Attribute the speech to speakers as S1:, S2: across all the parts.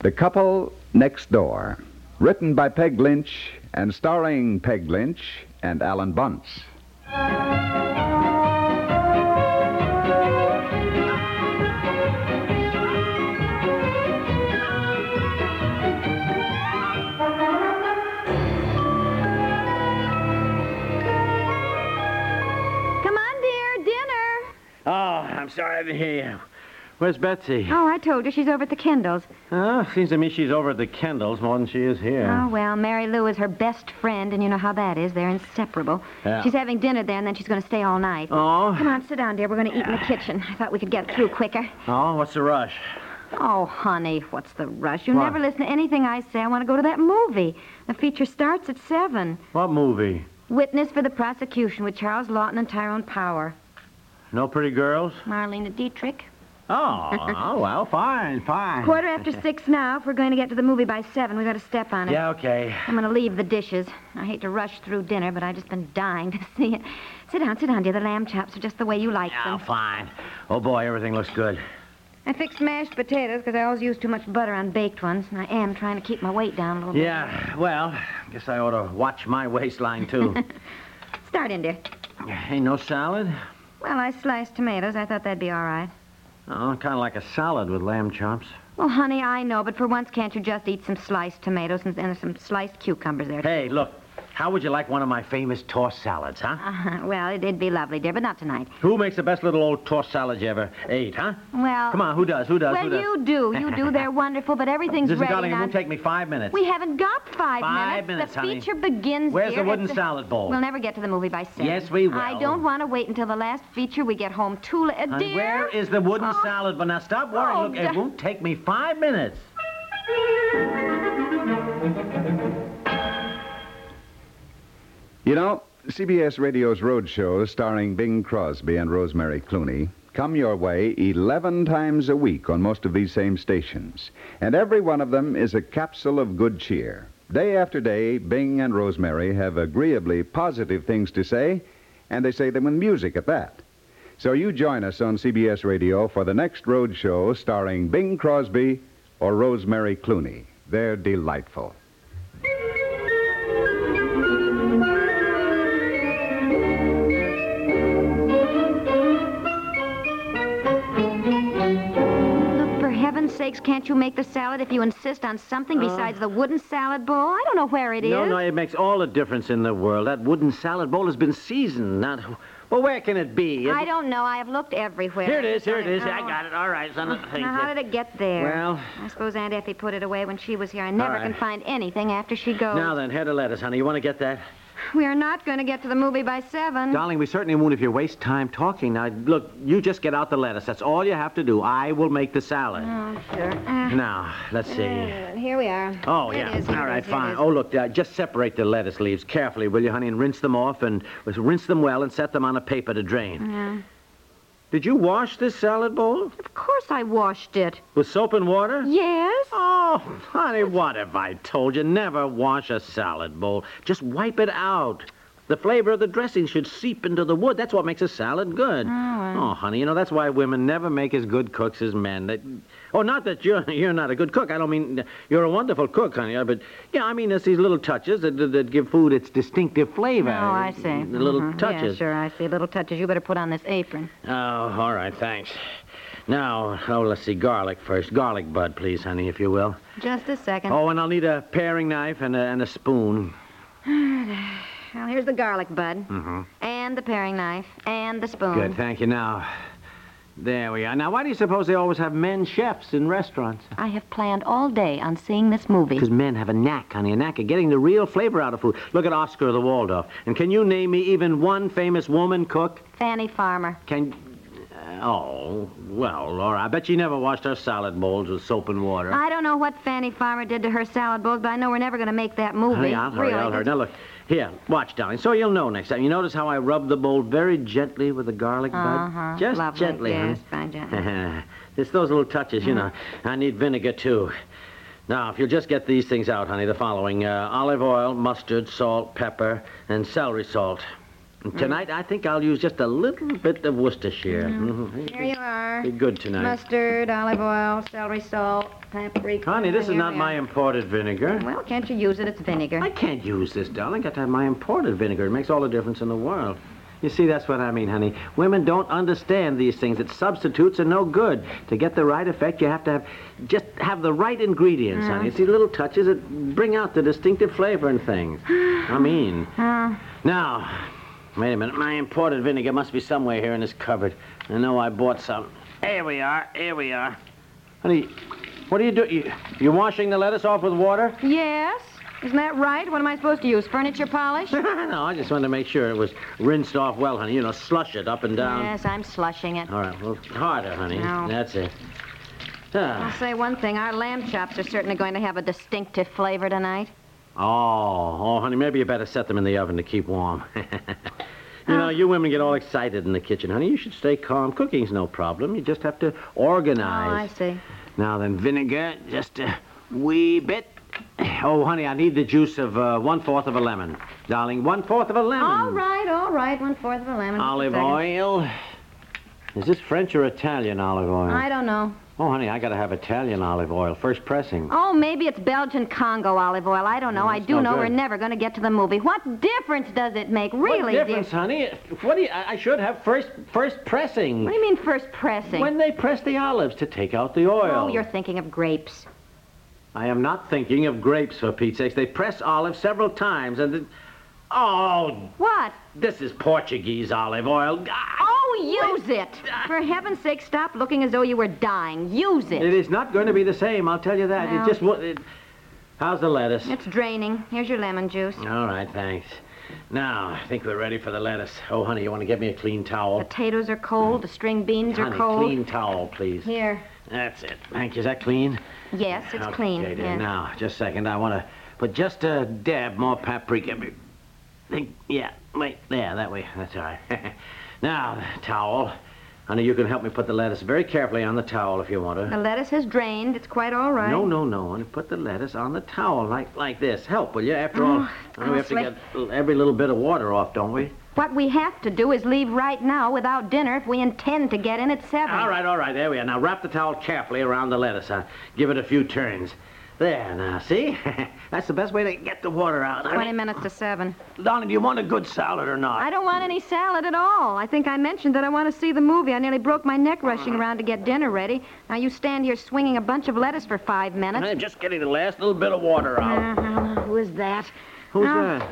S1: The Couple Next Door, written by Peg Lynch and starring Peg Lynch and Alan Bunce.
S2: Come on, dear, dinner.
S3: Oh, I'm sorry I didn't hear you. Where's Betsy?
S2: Oh, I told her she's over at the Kendalls.
S3: Oh, seems to me she's over at the Kendalls more than she is
S2: Oh,
S3: here.
S2: well, Mary Lou is her best friend, and you know how that is. They're inseparable.
S3: Yeah.
S2: She's having dinner there, and then she's going to stay all night.
S3: Oh.
S2: Come on, sit down, dear. We're going to eat in the kitchen. I thought we could get through quicker.
S3: Oh, what's the rush?
S2: Oh, honey, what's the rush? You
S3: What?
S2: never listen to anything I say. I want to go to that movie. The feature starts at 7.
S3: What movie?
S2: Witness for the prosecution with Charles Lawton and Tyrone Power.
S3: No pretty girls?
S2: Marlena Dietrich.
S3: Oh, oh well, fine, fine.
S2: Quarter after 6 now. If we're going to get to the movie by 7, we got to step on it.
S3: Yeah, okay.
S2: I'm going to leave the dishes. I hate to rush through dinner, but I've just been dying to see it. Sit down, sit down, dear. The lamb chops are just the way you like
S3: Yeah,
S2: them.
S3: fine. Oh, boy, everything looks good.
S2: I fixed mashed potatoes because I always use too much butter on baked ones, and I am trying to keep my weight down a little
S3: Yeah, well, guess I ought to watch my waistline, too.
S2: bit. Start in, dear.
S3: Ain't no salad?
S2: Well, I sliced tomatoes. I thought that'd be all right.
S3: Oh, kind of like a salad with lamb chops.
S2: Well, honey, I know, but for once, can't you just eat some sliced tomatoes and, and some sliced cucumbers there?
S3: Hey, look, how would you like one of my famous tossed salads, huh?
S2: Uh-huh. Well, it'd be lovely, dear, but not tonight.
S3: Who makes the best little old tossed salad you ever ate, huh?
S2: Well,
S3: Come on, who does? Who does?
S2: Well,
S3: who does?
S2: you do. You do. They're wonderful, but everything's
S3: Mrs.
S2: ready.
S3: Darling, it
S2: now.
S3: won't take me five minutes.
S2: We haven't got five,
S3: Five minutes,
S2: The
S3: honey.
S2: feature begins.
S3: Where's
S2: dear,
S3: the wooden
S2: at
S3: salad bowl?
S2: We'll never get to the movie by seven.
S3: Yes, we will.
S2: I don't want to wait until the last feature. We get home too late,
S3: And
S2: dear.
S3: where is the wooden
S2: Oh.
S3: salad? But now stop worrying.
S2: Oh,
S3: Look, it
S2: d-
S3: won't take me five minutes.
S1: You know, CBS Radio's road shows starring Bing Crosby and Rosemary Clooney come your way 11 times a week on most of these same stations. And every one of them is a capsule of good cheer. Day after day, Bing and Rosemary have agreeably positive things to say, and they say them with music at that. So you join us on CBS Radio for the next road show starring Bing Crosby or Rosemary Clooney. They're delightful.
S2: Look, for heaven's sakes, can't you make the salad if you insist on something besides the wooden salad bowl? I don't know where it is.
S3: Uh. No, no, it makes all the difference in the world. That wooden salad bowl has been seasoned. Not well. Where can it be? It-
S2: I don't know. I have looked everywhere.
S3: Here it is. Here it is. I
S2: Oh.
S3: got it. All right, son. Thank
S2: Now, how
S3: you.
S2: did it get there?
S3: Well-
S2: I suppose Aunt Effie put it away when she was here. I never
S3: right.
S2: can find anything after she goes.
S3: Now then, here to letters, honey. You want to get that?
S2: we are not going to get to the movie by seven.
S3: Darling, we certainly won't if you waste time talking. Now, look, you just get out the lettuce. That's all you have to do. I will make the salad.
S2: Oh, sure. Ah.
S3: Now, let's see.
S2: Uh, Here we are.
S3: Oh,
S2: It
S3: yeah.
S2: is, it
S3: All right,
S2: is, it
S3: fine.
S2: is.
S3: Oh, look, uh, just separate the lettuce leaves carefully, will you, honey, and rinse them off and rinse them well and set them on a paper to drain.
S2: Yeah.
S3: Did you wash this salad bowl
S2: Of course I washed it.
S3: with soap and water?
S2: Yes?
S3: Oh, honey, what have I told you? Never wash a salad bowl. Just wipe it out. The flavor of the dressing should seep into the wood. That's what makes a salad good. Oh, honey, you know that's why women never make as good cooks as men. They, oh, not that you're you're not a good cook. I don't mean you're a wonderful cook, honey. uh, But yeah, I mean it's these little touches that that, that give food its distinctive flavor.
S2: Oh, I see.
S3: The little
S2: Mhm.
S3: touches.
S2: Yeah, sure, I see. Little touches. You better put on this apron.
S3: Oh, all right, thanks. Now, oh, let's see garlic first. Garlic bud, please, honey, if you will.
S2: Just a second.
S3: Oh, and I'll need a paring knife and a, and a spoon.
S2: Well, here's the garlic bud. Mm-hmm. And the paring knife. And the spoon.
S3: Good, thank you. Now, there we are. Now, why do you suppose they always have men chefs in restaurants?
S2: I have planned all day on seeing this movie.
S3: Because men have a knack, honey, a knack of getting the real flavor out of food. Look at Oscar the Waldorf. And can you name me even one famous woman cook?
S2: Fanny Farmer.
S3: Can. Oh, well, Laura, I bet she never washed her salad bowls with soap and water.
S2: I don't know what Fanny Farmer did to her salad bowls, but I know we're never going to make that movie.
S3: Honey, I'll hurry,
S2: really.
S3: I'll hurry. Now, look, here, watch, darling. So you'll know next time. You notice how I rub the bowl very gently with the garlic
S2: Uh-huh.
S3: bud? Just
S2: Lovely.
S3: gently, honey.
S2: yes, fine, gently.
S3: it's those little touches, you know. I need vinegar, too. Now, if you'll just get these things out, honey, the following uh, olive oil, mustard, salt, pepper, and celery salt. Tonight, I think I'll use just a little bit of Worcestershire. Mhm.
S2: Here you are.
S3: Be good tonight.
S2: Mustard, olive oil, celery salt, paprika.
S3: Honey, this is
S2: Here
S3: not
S2: we
S3: my
S2: are.
S3: imported vinegar.
S2: Well, can't you use it? It's vinegar.
S3: I can't use this, darling. Got to have my imported vinegar. It makes all the difference in the world. You see, that's what I mean, honey. Women don't understand these things. That substitutes are no good. To get the right effect, you have to have just have the right ingredients, honey. It's these little touches that bring out the distinctive flavor and things. I mean. Now, wait a minute. My imported vinegar must be somewhere here in this cupboard. I know I bought some. Here we are. Here we are. Honey, what are you doing? You, you washing the lettuce off with water?
S2: Yes? Isn't that right? What am I supposed to use? Furniture polish?
S3: no, I just wanted to make sure it was rinsed off well, honey. You know, slush it up and down.
S2: yes, I'm slushing it.
S3: All right, well, harder, honey.
S2: No.
S3: That's it.
S2: I'll
S3: Ah.
S2: say one thing. Our lamb chops are certainly going to have a distinctive flavor tonight.
S3: Oh, oh, honey, maybe you better set them in the oven to keep warm. you
S2: Oh.
S3: know, you women get all excited in the kitchen, honey. You should stay calm. Cooking's no problem. You just have to
S2: Oh, I
S3: organize.
S2: see.
S3: Now then, vinegar, just a wee bit. Oh, honey, I need the juice of uh, one fourth of a lemon, darling. One fourth of a lemon.
S2: All right, all right. One fourth of a lemon. just a
S3: Olive
S2: second.
S3: oil. Is this French or Italian olive oil?
S2: I don't know.
S3: Oh, honey, I gotta have Italian olive oil. First pressing.
S2: Oh, maybe it's Belgian Congo olive oil. I don't know. I
S3: it's
S2: do
S3: no
S2: know
S3: good.
S2: we're never going to get to the movie. What difference does it make, really?
S3: what difference, honey? What do you, I I should have first first pressing.
S2: Dear? What do you mean first pressing?
S3: When they press the olives to take out the oil.
S2: Oh, you're thinking of grapes.
S3: I am not thinking of grapes for Pete's sakes. They press olives several times and then. Oh,
S2: What?
S3: this is Portuguese olive oil. Ah,
S2: Oh, use it. For heaven's sake, stop looking as though you were dying. Use it.
S3: It is not going to be the same, I'll tell you that.
S2: Well.
S3: It just wa- it, How's the lettuce?
S2: It's draining. Here's your lemon juice.
S3: All right, thanks. Now, I think we're ready for the lettuce. Oh, honey, you want to get me a clean towel?
S2: Potatoes are cold. The string beans
S3: honey,
S2: are cold.
S3: clean towel, please.
S2: Here.
S3: That's it. Thank you. Is that clean?
S2: Yes, it's
S3: okay,
S2: clean.
S3: dear.
S2: yes.
S3: Now, just a second. I want to put just a dab more paprika. Think, yeah, wait, there, that way. That's all right. now, towel. Honey, you can help me put the lettuce very carefully on the towel if you want
S2: The
S3: to.
S2: lettuce has drained. It's quite all right.
S3: No, no, no. Honey, put the lettuce on the towel like like this. Help, will you? After all, honey, we have to
S2: Oh, honestly.
S3: get every little bit of water off, don't we?
S2: What we have to do is leave right now without dinner if we intend to get in at seven.
S3: All right, all right, there we are. Now wrap the towel carefully around the lettuce. Huh? Give it a few turns. There, now, see? That's the best way to get the water out. I
S2: Twenty
S3: mean,
S2: minutes to seven.
S3: Donnie, do you want a good salad or not?
S2: I don't want any salad at all. I think I mentioned that I want to see the movie. I nearly broke my neck rushing around to get dinner ready. Now you stand here swinging a bunch of lettuce for five minutes.
S3: I'm just getting the last little bit of water out.
S2: Uh, who is that?
S3: Who's
S2: Oh.
S3: that?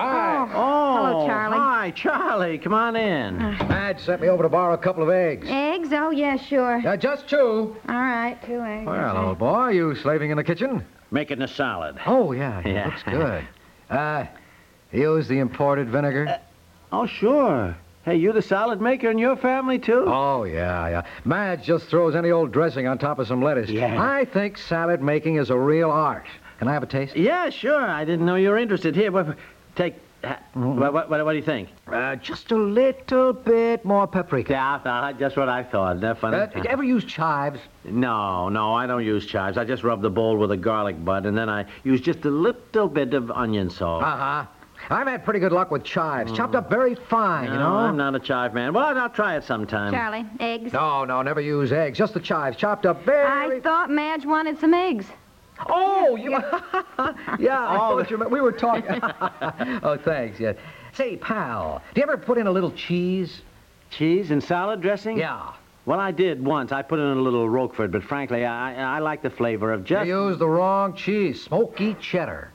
S2: Oh,
S3: Oh,
S2: hello, Charlie. Uh.
S3: Hi, Charlie. Come on in.
S4: Madge sent me over to borrow a couple of eggs.
S2: Eggs? Oh, yeah, sure.
S4: Uh, just two.
S2: All right, two eggs.
S4: Well, old boy, you slaving in the kitchen?
S3: Making a salad.
S4: Oh, yeah. yeah.
S3: Yeah.
S4: Looks good. Uh, use the imported vinegar?
S3: Oh, sure. Hey, you the salad maker in your family, too?
S4: Oh, yeah, yeah. Madge just throws any old dressing on top of some lettuce.
S3: Yeah.
S4: I think salad making is a real art. Can I have a taste?
S3: Yeah, sure. I didn't know you were interested. Here, what, take... ha- What, what, what, what do you think?
S4: Uh, just a little bit more paprika.
S3: Yeah, uh, just what I thought. That funny. Uh-huh.
S4: Uh, did you ever use chives?
S3: No, no, I don't use chives. I just rub the bowl with a garlic bud, and then I use just a little bit of onion sauce.
S4: Uh-huh. I've had pretty good luck with chives. Chopped up very fine,
S3: no,
S4: you know?
S3: I'm not a chive man. Well, I'll try it sometime.
S2: Charlie, eggs.
S4: No, no, never use eggs. Just the chives. Chopped up very
S2: I thought Madge wanted some eggs.
S4: Oh, you. yeah, I
S3: Oh.
S4: thought you meant. We were talking. oh, thanks, yes. Say, pal, do you ever put in a little cheese?
S3: Cheese and salad dressing?
S4: Yeah.
S3: Well, I did once. I put in a little Roquefort, but frankly, I I like the flavor of just.
S4: You used the wrong cheese. Smoky cheddar.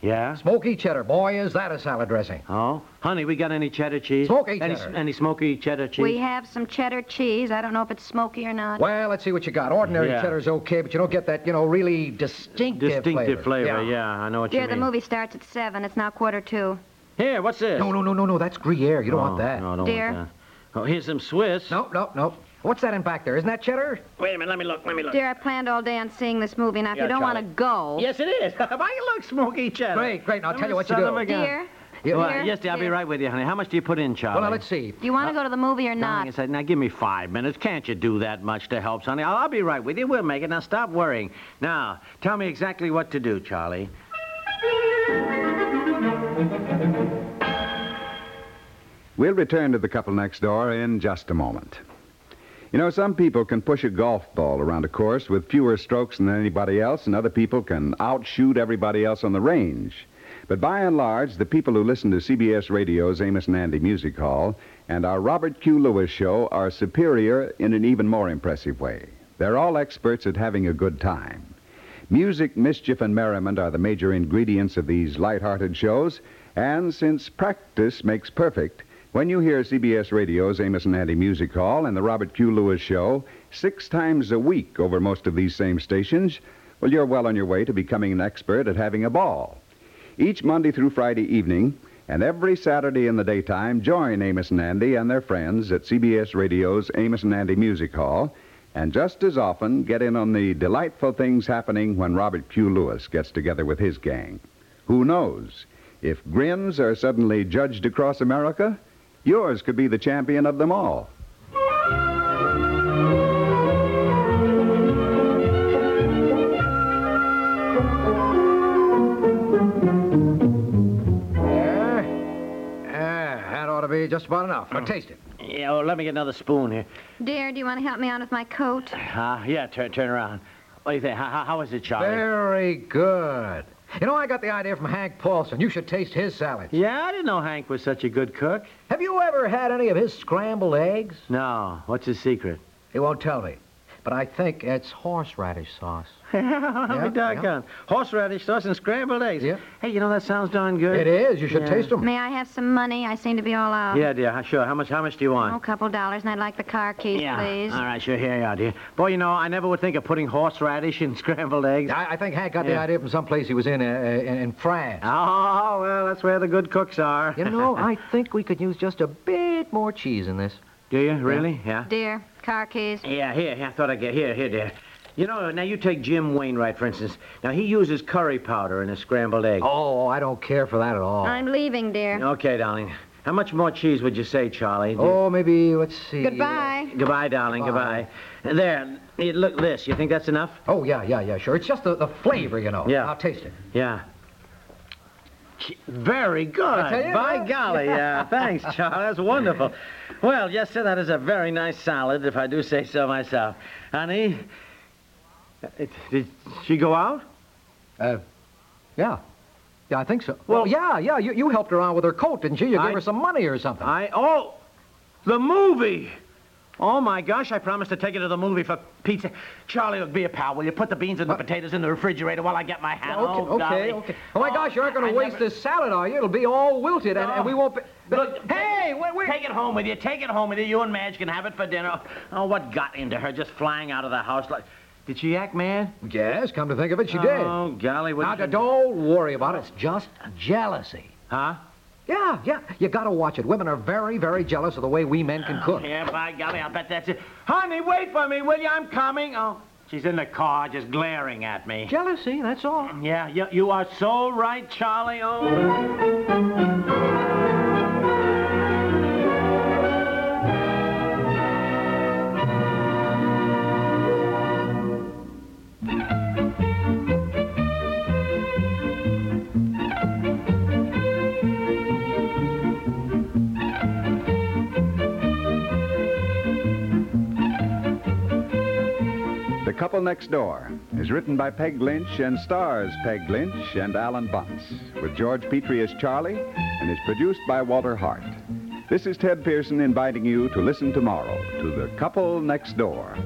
S3: Yeah?
S4: Smoky cheddar. Boy, is that a salad dressing.
S3: Oh? Honey, we got any cheddar cheese?
S4: Smoky
S3: any,
S4: cheddar.
S3: Any smoky cheddar cheese?
S2: We have some cheddar cheese. I don't know if it's smoky or not.
S4: Well, let's see what you got. Ordinary
S3: Yeah.
S4: cheddar's okay, but you don't get that, you know, really distinctive,
S3: Distinctive flavor, yeah. I know what
S2: Dear,
S3: you
S2: the
S3: mean.
S2: movie starts at seven. It's now quarter two.
S3: Here, what's this?
S4: No, no, no, no, no. That's Gruyere. You don't
S3: Oh,
S4: want that.
S3: No, I don't
S2: Dear.
S3: want that. Oh, here's some Swiss.
S4: No, no, no. What's that in back there? Isn't that cheddar?
S3: Wait a minute, let me look, let me look.
S2: Dear, I planned all day on seeing this movie. Now, if
S3: Yeah,
S2: you don't want to go,
S3: Charlie. Yes, it is. Why you look smoky cheddar?
S4: Great, great. Now, I'll
S3: I'm
S4: tell you
S3: a
S4: what you
S3: son
S4: do.
S3: of a gun.
S2: dear,
S4: Yeah,
S3: Well,
S2: Dear,
S3: yes, dear, I'll be
S2: dear.
S3: right with you, honey. How much do you put in, Charlie?
S4: Well, now, let's see.
S2: do you want to go to the movie or
S3: Darling,
S2: not?
S3: it's like, now give me five minutes. Can't you do that much to help, Sonny? I'll, I'll be right with you. We'll make it. Now stop worrying. Now tell me exactly what to do, Charlie.
S1: We'll return to the couple next door in just a moment. You know, some people can push a golf ball around a course with fewer strokes than anybody else, and other people can outshoot everybody else on the range. But by and large, the people who listen to CBS Radio's Amos and Andy Music Hall and our Robert Q. Lewis show are superior in an even more impressive way. They're all experts at having a good time. Music, mischief, and merriment are the major ingredients of these light-hearted shows, and since practice makes perfect, when you hear CBS Radio's Amos and Andy Music Hall and the Robert Q. Lewis Show six times a week over most of these same stations, well, you're well on your way to becoming an expert at having a ball. Each Monday through Friday evening and every Saturday in the daytime, join Amos and Andy and their friends at CBS Radio's Amos and Andy Music Hall, and just as often get in on the delightful things happening when Robert Q. Lewis gets together with his gang. Who knows? If grins are suddenly judged across America, yours could be the champion of them all.
S4: There. Ah, that ought to be just about enough.
S3: Mm.
S4: Now taste it.
S3: Yeah, well, let me get another spoon here.
S2: Dear, do you want to help me on with my coat?
S3: Uh, yeah, turn, turn around. What do you think? How, how- how is it, Charlie?
S4: Very good. You know, I got the idea from Hank Paulson. You should taste his salad.
S3: Yeah, I didn't know Hank was such a good cook.
S4: Have you ever had any of his scrambled eggs?
S3: No, what's his secret?
S4: He won't tell me. But I think it's horseradish sauce.
S3: I'll be doggone. Horseradish sauce and scrambled eggs.
S4: Yeah.
S3: Hey, you know that sounds darn good.
S4: It is. You should
S3: Yeah.
S4: taste 'em. taste them.
S2: May I have some money? I seem to be all out.
S3: Yeah, dear. Sure. How much? How much do you
S2: Oh, a
S3: want?
S2: couple dollars, and I'd like the car keys,
S3: yeah.
S2: please.
S3: All right. Sure. Here you are, dear. Boy, you know, I never would think of putting horseradish in scrambled eggs.
S4: I, I think Hank got the
S3: Yeah.
S4: idea from some place he was in uh, uh, in, in France.
S3: Oh well, that's where the good cooks are.
S4: You know, I think we could use just a bit more cheese in this.
S3: do you really? Yeah.
S2: Dear, car keys.
S3: Yeah. Here. here, I thought I'd get here. Here, dear. You know, now you take Jim Wainwright, for instance. Now he uses curry powder in his scrambled egg.
S4: Oh, I don't care for that at
S3: Oh.
S4: all.
S2: I'm leaving, dear.
S3: Okay, darling. How much more cheese would you say, Charlie?
S4: Oh, maybe let's see.
S2: Goodbye.
S3: Goodbye, darling.
S4: Goodbye.
S3: Goodbye. There. eh, Look, this. You think that's enough?
S4: Oh yeah, yeah, yeah, sure. It's just the, the flavor, you know.
S3: Yeah.
S4: I'll taste it.
S3: Yeah. Ch- Very good.
S4: tell you,
S3: By
S4: Doc.
S3: golly, yeah. Thanks, Charles. That's wonderful. Well, yes, sir, that is a very nice salad, if I do say so myself. Honey, uh, it- did she go out?
S4: Yeah. Yeah, I think so.
S3: Well-
S4: Well, yeah, yeah. You, you helped her out with her coat, didn't you? You gave
S3: I-
S4: her some money or something.
S3: I oh, the movie. Oh my gosh! I promised to take her to the movie for pizza. Charlie, look, be a pal. Will you put the beans and the potatoes in the refrigerator while I get my hat?
S4: okay,
S3: oh,
S4: okay,
S3: golly.
S4: okay. Oh, my gosh, you aren't going
S3: I
S4: to waste
S3: never-
S4: this salad, are you? It'll be all wilted, and, and we won't. Be...
S3: Look,
S4: hey, wait, wait.
S3: Take it home with you. Take it home with you. You and Madge can have it for dinner. Oh, what got into her? Just flying out of the house like. Did she act mad?
S4: Yes, come to think of it, she did.
S3: Oh, golly. What
S4: Now,
S3: she...
S4: don't worry about it. It's just jealousy.
S3: Huh?
S4: Yeah, yeah. You got to watch it. Women are very, very jealous of the way we men can cook.
S3: Yeah, by golly, I bet that's it. Honey, wait for me, will you? I'm coming. Oh, she's in the car just glaring at me.
S4: Jealousy, that's all.
S3: Yeah, you, you are so right, Charlie. Oh.
S1: The Couple Next Door is written by Peg Lynch and stars Peg Lynch and Alan Bunce, with George Petrie as Charlie, and is produced by Walter Hart. This is Ted Pearson inviting you to listen tomorrow to The Couple Next Door.